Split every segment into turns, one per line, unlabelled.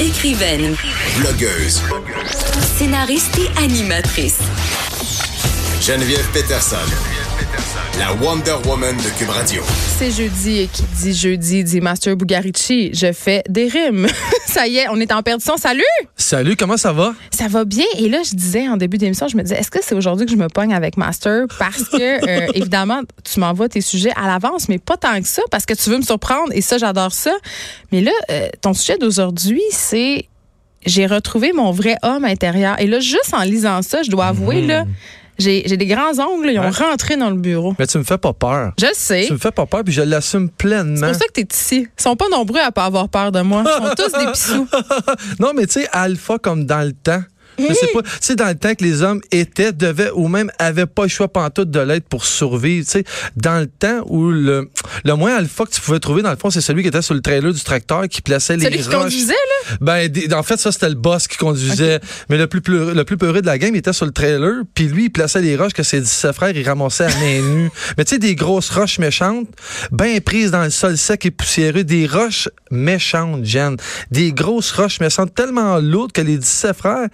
Écrivaine,
Blogueuse.
scénariste et animatrice.
Geneviève Peterson. La Wonder Woman de Cube Radio.
C'est jeudi et qui dit jeudi dit Master Bugarici. Je fais des rimes. ça y est, on est en perdition. Salut!
Salut, comment ça va?
Ça va bien. Et là, je disais en début d'émission, je me disais, est-ce que c'est aujourd'hui que je me pogne avec Master? Parce que, euh, évidemment, tu m'envoies tes sujets à l'avance, mais pas tant que ça, parce que tu veux me surprendre et ça, j'adore ça. Mais là, euh, ton sujet d'aujourd'hui, c'est j'ai retrouvé mon vrai homme intérieur. Et là, juste en lisant ça, je dois avouer, là, j'ai j'ai des grands ongles, ils ont
Hein?
rentré dans le bureau.
Mais tu me fais pas peur.
Je le sais.
Tu me fais pas peur, puis je l'assume
C'est
pleinement.
pour ça que t'es ici. Ils sont pas nombreux à pas avoir peur de moi. Ils sont tous des pissous.
non, mais tu sais, alpha comme dans le temps. Je sais pas, tu sais, dans le temps que les hommes étaient, devaient ou même avaient pas le choix pantoute de l'être pour survivre. Tu sais, dans le temps où le, le moins alpha que tu pouvais trouver, dans le fond, c'est celui qui était sur le trailer du tracteur qui plaçait les
Celui qui
roches.
conduisait, là.
Ben, des- en fait, ça, c'était le boss qui conduisait. Mais le plus, pleu- le plus peureux de la game, il était sur le trailer, puis lui, il plaçait les roches que ses 17 frères, il ramassait à main nue. Mais tu sais, des grosses roches méchantes, bien prises dans le sol sec et poussiéreux, des roches méchantes, Jeanne. Des grosses roches méchantes, tellement lourdes que les 17 frères,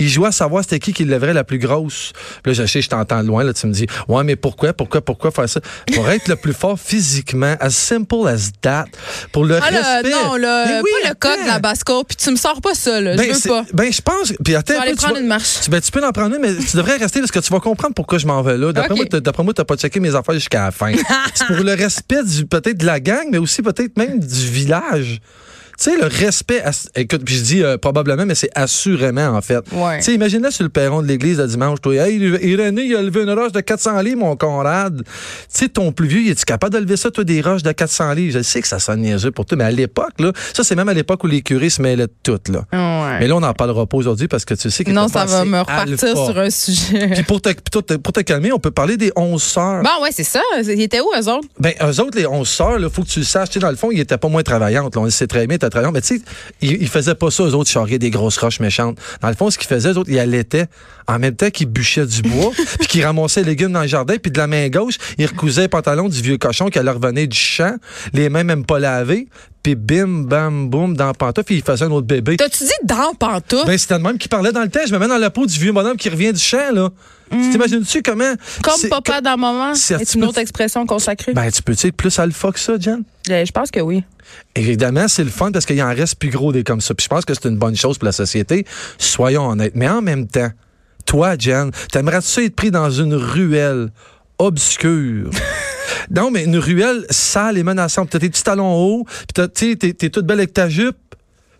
ils jouaient à savoir c'était qui qui lèverait la plus grosse. Puis là, je sais, je t'entends de loin, là, tu me dis, ouais, mais pourquoi, pourquoi, pourquoi faire ça? Pour être le plus fort physiquement, as simple as that, pour le
Ah, là,
respect.
non, là,
Mais oui,
pas le code
attends.
de la basse puis tu me sors pas ça, là.
Ben,
je
c'est-
veux pas.
Ben, je pense. Puis
Je
attends,
vais
un peu,
aller
tu
prendre
vas-
une marche.
tu- ben, tu peux en prendre une, mais tu devrais rester parce que tu vas comprendre pourquoi je m'en vais là. D'après
Ok.
moi, t'as- d'après moi, t'as pas checké mes affaires jusqu'à la fin. c'est pour le respect du peut-être de la gang, mais aussi peut-être même du village. Tu sais, le respect, ass- écoute, puis je dis euh, probablement, mais c'est assurément, en fait.
Ouais.
Tu sais, imagine-là sur le perron de l'église le dimanche, toi, hey, Irénée, il a levé une roche de 400 livres, mon Conrad. Tu sais, ton plus vieux, es-tu capable de lever ça, toi, des roches de 400 livres? Je sais que ça sonne niaiseux pour toi, mais à l'époque, là, ça, c'est même à l'époque où les curés se mêlaient de tout, là.
Ouais.
Mais là, on n'en parlera pas aujourd'hui parce que tu sais que
non,
t'as
ça
pas
va
assez
me repartir
alpha.
sur un sujet.
Puis pour te, pour te- pour te calmer, on peut parler des 11 sœurs.
Bon, ouais, c'est ça. Ils étaient où, eux autres?
Ben, eux autres, les 11 sœurs, il faut que tu le saches. Tu sais, dans le fond, ils étaient pas moins travaillantes. là. On le sait très bien, ils étaient travaillantes. Mais tu sais, ils, ils faisaient pas ça, eux autres, charrier des grosses roches méchantes. Dans le fond, ce qu'ils faisaient, eux autres, ils allaitaient en même temps qu'ils bûchaient du bois, puis qu'ils ramassaient les légumes dans le jardin, puis de la main gauche, ils recousaient les pantalons du vieux cochon qui leur revenait du champ, les mains même pas lavées, puis bim, bam, boum, dans le pantoufle, ils faisaient un autre bébé.
T'as-tu dit dans pantoute?
Ben, c'était le même qui parlait dans le temps. Je me mets dans la peau du vieux bonhomme qui revient du champ, là. Tu T'imagines-tu comment.
Mm. Comme
c'est-
papa dans maman.
C'est un
C'est
petit
une
peu-
autre expression consacrée. Ben,
Ben, tu peux-tu être plus alpha que ça, Jen?
Je je pense que oui.
Évidemment, c'est le fun parce qu'il en reste plus gros des comme ça. Puis je pense que c'est une bonne chose pour la société. Soyons honnêtes. Mais en même temps, toi, Jen, t'aimerais-tu être pris dans une ruelle obscure? non, mais une ruelle sale et menaçante. T'as tes petits talons hauts, puis t'as- tu sais, t'es t'es toute belle avec ta jupe,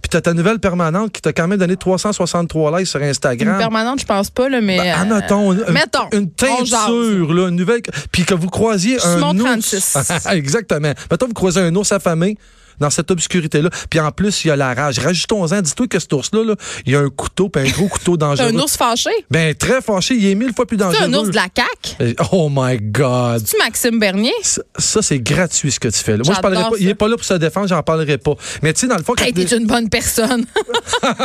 puis t'as ta nouvelle permanente qui t'a quand même donné 363 likes sur Instagram.
Une permanente, je pense pas, là, mais.
Ben,
euh,
admettons, une,
mettons,
une
on jase.
teinture, là, une nouvelle. Puis que vous croisiez un
Simon
ours.
36.
Exactement. Mettons, vous croisez un ours affamé dans cette obscurité-là. Puis en plus, il y a la rage. Rajoutons-en, dis-toi que cet ours-là, là, il y a un couteau, puis un gros couteau
T'as
dangereux.
un ours fâché?
Ben, très fâché, il est mille fois plus
T'as
dangereux.
un ours de la CAQ?
Euh, Oh my God.
Tu Maxime Bernier?
Ça, ça, c'est gratuit ce que tu fais. Là. Moi, je parlerai
J'adore
pas. Il
ça.
est pas là pour se défendre, j'en parlerai pas. Mais tu sais, dans le fond, quand
Hey,
des-
t'es une bonne personne.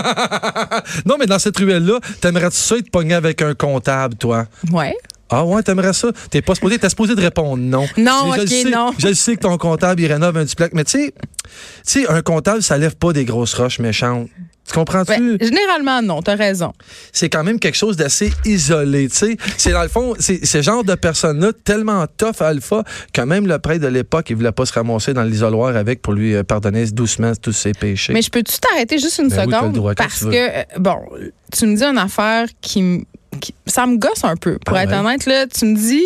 non, mais dans cette ruelle-là, t'aimerais-tu ça être pogné avec un comptable, toi?
ouais.
Ah ouais, t'aimerais ça? T'es pas supposé, t'es supposé de répondre non.
Non,
Je le
ok,
sais-
non.
Je le sais que ton comptable, il rénove un duplex, mais tu sais, tu sais, un comptable, ça lève pas des grosses roches méchantes. Tu
Ben,
comprends-tu?
généralement, non, t'as raison.
C'est quand même quelque chose d'assez isolé, tu sais. C'est dans le fond, c'est ce genre de personnes-là, tellement tough alpha, que même le prêtre de l'époque, il voulait pas se ramasser dans l'isoloir avec pour lui euh, pardonner doucement tous ses péchés.
Mais je peux-tu t'arrêter juste une
Ben oui, t'as le
seconde?
droit, quand
parce
tu veux.
que, euh, bon, tu me dis une affaire qui, m- qui- Ça me gosse un peu, pour
Ah
être
ouais?
honnête. Là, tu me dis.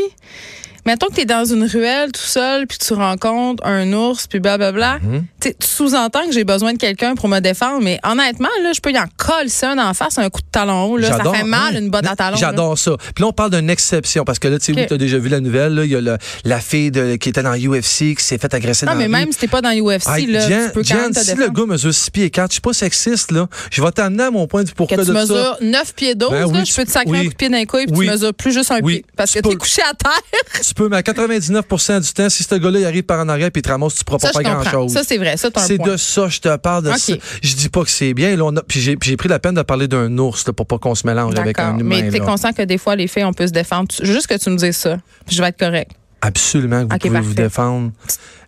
Mettons que tu es dans une ruelle tout seul, puis tu rencontres un ours, puis blablabla.
Mm-hmm.
Tu sais, Tu sous-entends que j'ai besoin de quelqu'un pour me défendre, mais honnêtement, là, je peux y en coller ça en face, un coup de talon haut. Là, ça
J'adore-
fait mal,
ouais.
une botte à talon.
J'adore ça. Puis là, on parle d'une exception parce que là, tu sais,
Ok.
oui, tu as déjà vu la nouvelle. là, Il y a le- la fille de- qui était dans UFC qui s'est fait agresser
Non,
dans
mais
la rue.
même si t'es pas dans UFC,
Hey,
là,
Jen-
tu peux quand
Jen,
même te
si
défendre.
le gars mesure 6 pieds 4, je suis pas sexiste, là. Je vais t'amener à mon point du pourquoi
que tu
de ça.
mesures 9 pieds 12,
Ben
là,
oui,
je
tu-
peux te sacrer
oui.
un coup de pied d'un coup et puis
Oui.
tu mesures plus juste un
Oui.
pied. Parce que
Tu peux-
t'es couché à terre.
Tu peux, mais à 99 du temps, si ce gars-là il arrive par en arrière puis il te ramasse, tu ne pourras
Ça,
pas
je
faire
comprends.
grand-chose.
Ça, c'est vrai. Ça, t'as un
C'est
point.
de ça, je te parle de
Ok.
ça. Je dis pas que c'est bien. Là, on a- puis j'ai puis j'ai pris la peine de parler d'un ours là, pour pas qu'on se mélange avec
D'accord.
un humain.
Mais t'es
là.
conscient que des fois, les filles, on peut se défendre. Tu- Juste que tu me dises ça. puis je vais être correct.
Absolument que vous
Ok,
pouvez vous
parfait.
défendre.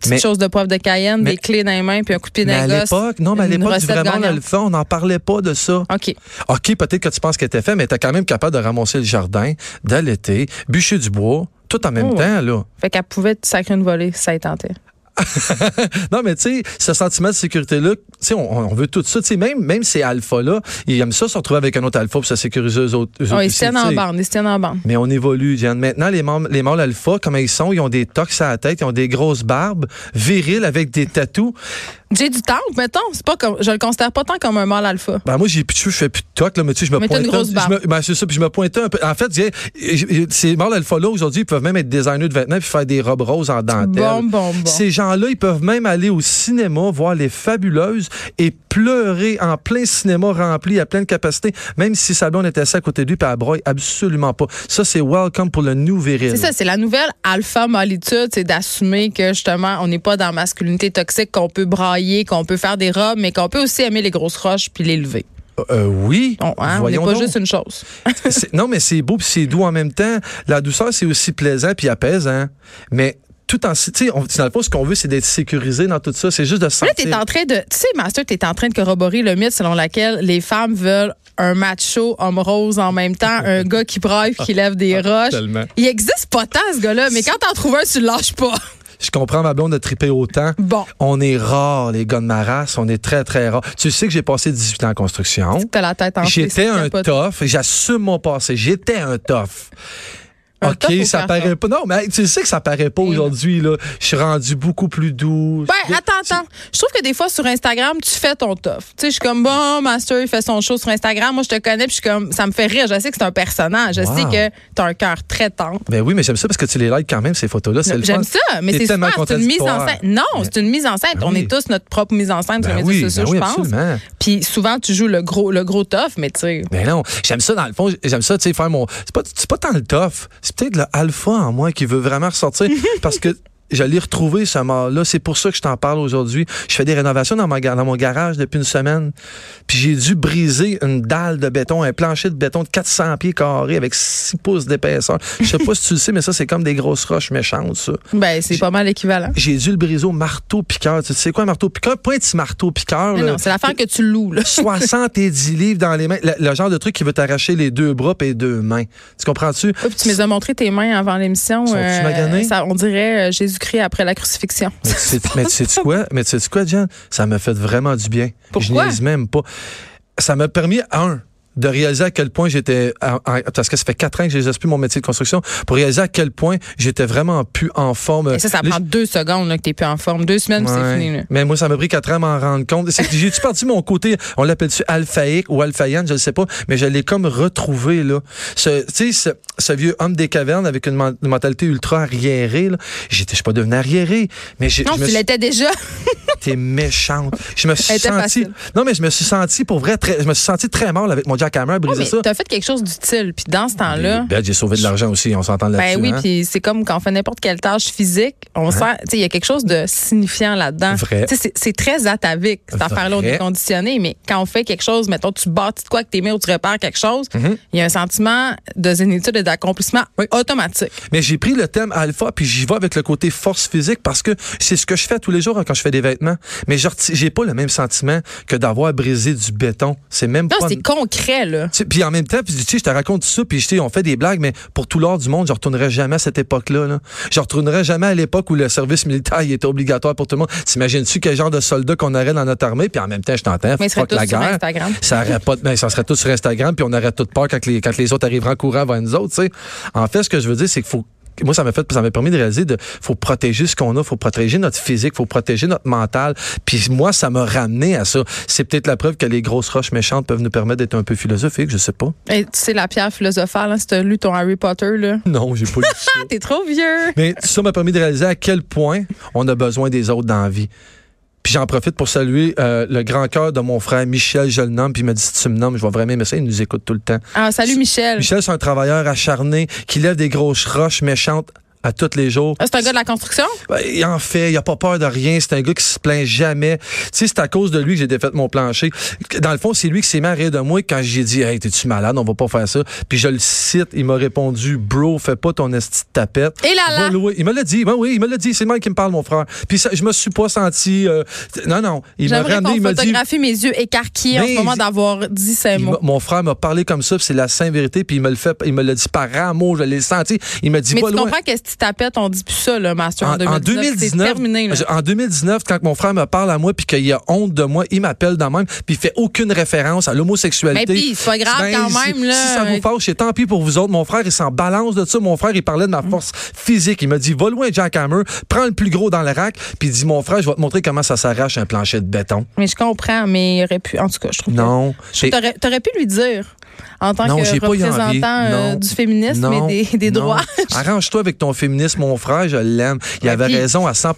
Petite
Mais-
chose de poivre de Cayenne,
mais-
des clés dans les mains, puis un coup de pied
Mais
d'un
à
gosse.
l'époque, non, mais à
une
l'époque du
recette
vraiment
gagnante.
l'alpha, on n'en parlait pas de ça.
OK.
OK, peut-être que tu penses qu'elle était faite, mais t'es quand même capable de ramasser le jardin, d'allaiter, bûcher du bois, tout en même
Oh, ouais.
temps, là.
Fait qu'elle pouvait te sacrer une volée si ça y tentait.
Non, mais tu sais, ce sentiment de sécurité-là, tu sais, on, on veut tout ça. Tu sais, même, même ces alphas-là, ils aiment ça se retrouver avec un autre alpha pour se sécuriser eux autres. eux
Oh,
autres
ils
aussi,
se tiennent en
tu sais.
bande. Ils se tiennent en bande.
Mais on évolue, Diane. Maintenant, les, mâles- les mâles alpha, comment ils sont, ils ont des toques à la tête, ils ont des grosses barbes, viriles avec des tatous.
J'ai du temps, mettons. C'est pas comme, je le considère pas tant comme un mâle alpha.
Ben moi, j'ai plus de cheveux, je fais plus de toques, là, mais tu sais, je me
Mais t'as
pointais.
une grosse barbe.
je me- ben, c'est ça, puis je me pointais un peu. En fait, je disais, je- je- ces mâles alpha-là, aujourd'hui, ils peuvent même être designers de vêtements puis faire des robes roses en dentelle.
Bon, bon, bon.
Ces gens-là, ils peuvent même aller au cinéma, voir les fabuleuses et pleurer en plein cinéma rempli à pleine capacité, même si sa blonde était assise à côté de lui puis elle broye absolument pas. Ça, c'est welcome pour le new viril.
C'est ça, c'est la nouvelle alpha malitude, c'est d'assumer que justement on n'est pas dans masculinité toxique, qu'on peut brailler, qu'on peut faire des robes, mais qu'on peut aussi aimer les grosses roches puis les lever.
Euh, oui.
On hein, on n'est
voyons
pas
donc.
juste une chose.
C'est- non, mais c'est beau puis c'est doux en même temps. La douceur, c'est aussi plaisant puis apaisant. Mais tout en. Tu sais, on- dans le fond, ce qu'on veut, c'est d'être sécurisé dans tout ça. C'est juste de se
Puis Là,
sentir.
t'es en train de, tu sais, Master, t'es en train de corroborer le mythe selon lequel les femmes veulent un macho homme rose en même temps, un gars qui braille puis qui lève des roches.
Ah, Tellement.
Il existe pas tant ce gars-là, mais quand t'en trouves un, tu le lâches pas.
Je comprends ma blonde de triper autant.
Bon.
On est rare, les gars de ma race. On est très, très rare. Tu sais que j'ai passé 18 ans en construction.
T'as la tête en
J'étais
frise,
un
capote.
tough. J'assume mon passé. J'étais un tough.
Un
OK,
tough au
ça
carton.
paraît pas. Non, mais hey, tu sais que ça paraît pas aujourd'hui, là. Je suis rendu beaucoup plus doux.
Ben, attends, attends. Je trouve que des fois, sur Instagram, tu fais ton tof. Tu sais, je suis comme, bon, Master, il fait son show sur Instagram. Moi, je te connais, puis je suis comme, ça me fait rire. Je sais que c'est un personnage. Je
Wow.
sais que t'as un cœur très tendre.
Ben oui, mais j'aime ça parce que tu les likes quand même, ces photos-là. C'est le fun.
J'aime ça, mais
T'es
c'est
tellement
super. C'est une mise en
contradictoire.
scène. Non, c'est une mise en scène.
Ben
On
oui.
est tous notre propre mise en scène
Ben
sur les
oui,
médias sociaux,
ben oui,
je pense.
absolument.
Puis souvent, tu joues le gros, le gros tof, mais tu sais.
Mais non, j'aime ça dans le fond, j'aime ça, tu sais, faire mon. C'est pas, c'est pas tant le tough, c'est peut-être le alpha en moi qui veut vraiment ressortir parce que. Je l'ai retrouvé, ce mort-là. C'est pour ça que je t'en parle aujourd'hui. Je fais des rénovations dans, ma, gar- dans mon garage depuis une semaine. Puis j'ai dû briser une dalle de béton, un plancher de béton de 400 pieds carrés avec 6 pouces d'épaisseur. Je sais pas si tu le sais, mais ça, c'est comme des grosses roches méchantes, ça.
Ben, c'est pas mal équivalent.
J'ai dû le briser au marteau-piqueur. Tu sais quoi, un marteau-piqueur? Pas un petit marteau-piqueur.
Mais
là.
non, c'est l'affaire que tu loues, là.
70 livres dans les mains. Le, le genre de truc qui veut t'arracher les deux bras et les deux mains. Tu comprends-tu?
Oh, puis tu m'as montré tes mains avant l'émission. euh,
Sont-tu maganés?
ça, on dirait euh, Jésus-Christ après la crucifixion.
Mais tu sais- mais tu sais-tu quoi? Mais tu sais-tu quoi, Jen? Ça m'a fait vraiment du bien.
Pourquoi?
Je niaise même pas. Ça m'a permis, un, de réaliser à quel point j'étais... en- en- Parce que ça fait quatre ans que j'ai exercé mon métier de construction. Pour réaliser à quel point j'étais vraiment plus en forme.
Et ça, ça
Là,
prend deux secondes là, que t'es plus en forme. Deux semaines, puis
Ouais.
c'est fini. Là.
Mais moi, ça m'a pris quatre ans à m'en rendre compte. C'est que J'ai-tu parti mon côté, on l'appelle-tu alphaïque ou alphaïenne, je ne sais pas, mais je l'ai comme retrouvé, là. Ce, tu sais, ce, ce vieux homme des cavernes avec une, men- une mentalité ultra arriérée, là. J'étais, je suis pas devenu arriéré, mais j'ai-
Non,
je me
tu
suis
l'étais déjà.
t'es méchante. Je me suis
Elle était
senti.
facile.
Non, mais je me suis senti, pour vrai, très, je me suis senti très mal avec mon jackhammer, briser
Mais
ça.
t'as fait quelque chose d'utile. Puis dans ce temps-là,
Ben, j'ai sauvé de l'argent aussi, on s'entend là-dessus.
ben oui,
hein.
puis c'est comme quand on fait n'importe quelle tâche physique, on sent, tu sais, il y a quelque chose de signifiant là-dedans.
Vrai.
Tu sais, c'est- C'est très atavique, cette
Vrai.
affaire-là, on est conditionné, mais quand on fait quelque chose, mettons, tu bâtis de quoi avec tes mains ou tu repères quelque chose, il
Mm-hmm.
y a un sentiment de zénitude et d'accomplissement automatique.
Mais j'ai pris le thème alpha puis j'y vais avec le côté force physique parce que c'est ce que je fais tous les jours hein, quand je fais des vêtements. Mais je reti- j'ai pas le même sentiment que d'avoir brisé du béton. C'est même
Non,
pas.
c'est concret, là.
Tu sais, Puis en même temps, puis tu sais, je te raconte ça, puis tu sais, on fait des blagues, mais pour tout l'or du monde, je retournerai jamais à cette époque-là. Là. Je retournerai jamais à l'époque où le service militaire il était obligatoire pour tout le monde. T'imagines-tu quel genre de soldats qu'on aurait dans notre armée? Puis en même temps, je t'entends,
Mais ils seraient
fuck la
tous sur
guerre.
Instagram.
Ça aurait pas, de- ben, ça serait tout sur Instagram, puis on aurait toute peur quand les, quand les autres arriveront en courant vers nous autres. tu sais. En fait, ce que je veux dire, c'est qu'il faut moi, ça m'a fait, ça m'a permis de réaliser de, faut protéger ce qu'on a, faut protéger notre physique, faut protéger notre mental. Puis moi, ça m'a ramené à ça. C'est peut-être la preuve que les grosses roches méchantes peuvent nous permettre d'être un peu philosophiques, je sais pas.
Et tu sais, la pierre philosophale, hein, si t'as lu ton Harry Potter, là. Ah,
Non, j'ai pas lu ça.
T'es trop vieux.
Mais ça m'a permis de réaliser à quel point on a besoin des autres dans la vie. Puis j'en profite pour saluer euh, le grand cœur de mon frère Michel, je le nomme, puis il m'a dit si tu me nommes, je vais vraiment aimer ça, il nous écoute tout le temps.
Ah, salut Michel.
Michel, c'est un travailleur acharné qui lève des grosses roches méchantes à tous les jours.
Ah, c'est un gars de la construction?
Ben, Il en fait, il a pas peur de rien. C'est un gars qui se plaint jamais. Tu sais, c'est à cause de lui que j'ai défait mon plancher. Dans le fond, c'est lui qui s'est mis à rire de moi quand j'ai dit, hey, t'es-tu malade? On va pas faire ça. Puis je le cite, il m'a répondu, bro, fais pas ton esti de tapette.
Et là, là.
Va louer. Il me l'a dit, ben oui, il me l'a dit. C'est le même qui me parle, mon frère. Puis ça, je me suis pas senti, euh, t- non, non. Il m'a
J'aimerais
ramené,
qu'on
il m'a dit.
photographie mes yeux écarquillés en
Mais-
ce moment d'avoir dit ces
il m'a-
mots.
Mon frère m'a parlé comme ça, puis c'est la sainte vérité, puis il me le fait, il me l'a dit par amour, je l'ai senti. Il m'a dit
Mais
pas
tu
loin.
comprends que si tu tapettes, on dit plus ça, là, Master, en,
En, en
2019. C'est terminé, là.
en 2019, quand mon frère me parle à moi puis qu'il a honte de moi, il m'appelle dans même puis il fait aucune référence à l'homosexualité. Ben,
Mais Ben, puis, c'est pas grave quand
si-
même, là.
Si ça vous fâche, c'est tant pis pour vous autres. Mon frère, il s'en balance de ça. Mon frère, il parlait de
Mm.
ma force physique. Il m'a dit, va loin, Jack Hammer, prends le plus gros dans le rack, puis il dit, mon frère, je vais te montrer comment ça s'arrache un plancher de béton.
Mais je comprends, mais il aurait pu. En tout cas, je trouve. que-
Non.
Je-
J'ai-
T'aurais, t'aurais pu lui dire, en tant
Non,
que
j'ai pas eu envie.
représentant euh,
Non.
du féminisme
Non,
et des, des
non.
droits.
Arrange-toi avec ton féminisme, mon frère, je l'aime. Il
Ouais,
avait
puis- Eh.
raison à 100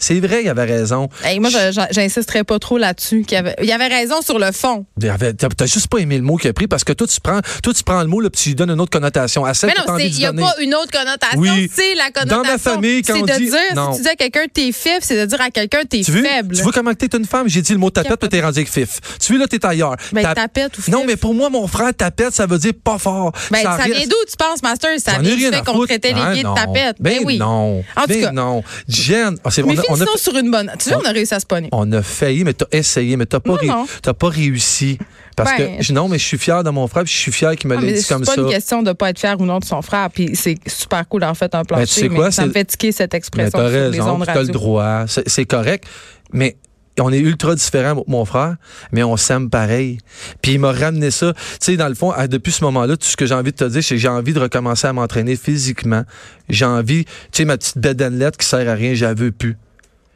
C'est vrai, il avait raison.
Hey, moi, je- je- j'insisterais pas trop là-dessus. qu'il y avait- il y avait raison sur le fond.
Il avait- T'as t'as juste pas aimé le mot qu'il a pris parce que toi, tu prends, toi, tu prends le mot là, puis tu lui donnes une autre connotation à celle
Mais
que t'as
non,
envie
il
de
n'y a
donner.
pas une autre connotation.
Oui.
C'est la connotation.
Dans ma famille, quand
c'est
on
de
dit-
dire,
non.
si tu dis à quelqu'un t'es faible, c'est de dire à quelqu'un t'es
Tu veux,
faible.
tu veux comment que t'es une femme? J'ai dit le mot tapette, puis t'es rendu avec fif. Tu veux, là, t'es ailleurs.
Ben,
Tap-
tapette ou fif.
Non, mais pour moi, mon frère, tapette, ça veut dire pas fort.
Ben, ça,
a rien-
vient d'où, tu penses, Master? Ça
J'en ai
vient du
rien
fait
à
qu'on
foutre.
traitait les
Ah,
gays
non.
de tapettes.
Ben,
oui.
non.
En tout
Ben
cas.
non. Jen, ah, c'est- on
Mais
a- on a
finissons sur une bonne. Tu vois,
on-
on a réussi à se pogner.
On a failli, mais t'as essayé, mais t'as pas,
Non,
ré-
non.
t'as pas réussi. Parce
Ben.
que, je- non, mais je suis fier de mon frère, puis je suis fier qu'il me
Ah,
l'ait
mais
dit
c'est
comme
pas
ça.
une question de pas être fier ou non de son frère, puis c'est super cool en fait un plancher.
Ben, tu sais
mais
quoi,
ça me
c'est-
fait tiquer cette
Mais
expression
t'as
sur les
raison,
ondes
puis t'as le
radio.
droit, c'est c'est correct. Mais on est ultra différents, mo- mon frère, mais on s'aime pareil. Puis il m'a ramené ça. Tu sais, dans le fond, à- depuis ce moment-là, tout ce que j'ai envie de te dire, c'est que j'ai envie de recommencer à m'entraîner physiquement. J'ai envie, tu sais, ma petite bedanelette qui sert à rien, je la veux plus.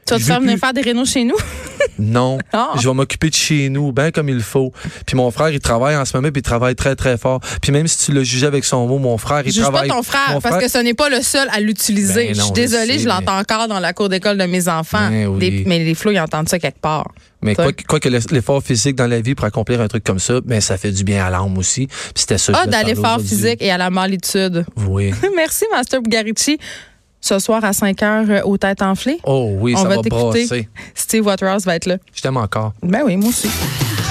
Tu vas te
Je veux
faire venir
plus.
faire des rénaux chez nous?
Non,
Ah.
je vais m'occuper de chez nous, bien comme il faut. Puis mon frère, il travaille en ce moment, puis il travaille très, très fort. Puis même si tu le jugeais avec son mot, mon frère, il
Je juge pas
travaille...
ton frère,
mon
parce que ce n'est pas le seul à l'utiliser.
Ben
je
non,
suis
je
désolée,
sais,
je l'entends encore dans la cour d'école de mes enfants.
Ben oui.
Des- mais les flots, ils entendent ça quelque part.
Mais
Toi.
quoi, que- quoi que le- l'effort physique dans la vie pour accomplir un truc comme ça, ben ça fait du bien à l'âme aussi. Puis c'était ça. que
Ah,
je voulais
dans
parler
l'effort
aujourd'hui.
physique et à la malitude.
Oui.
Merci, Master Bugarici. Ce soir à 5 heures, euh, aux têtes enflées,
Oh oui,
on
ça
va
va
t'écouter.
brasser.
Steve Waterhouse va être là.
Je t'aime encore.
Ben oui, moi aussi.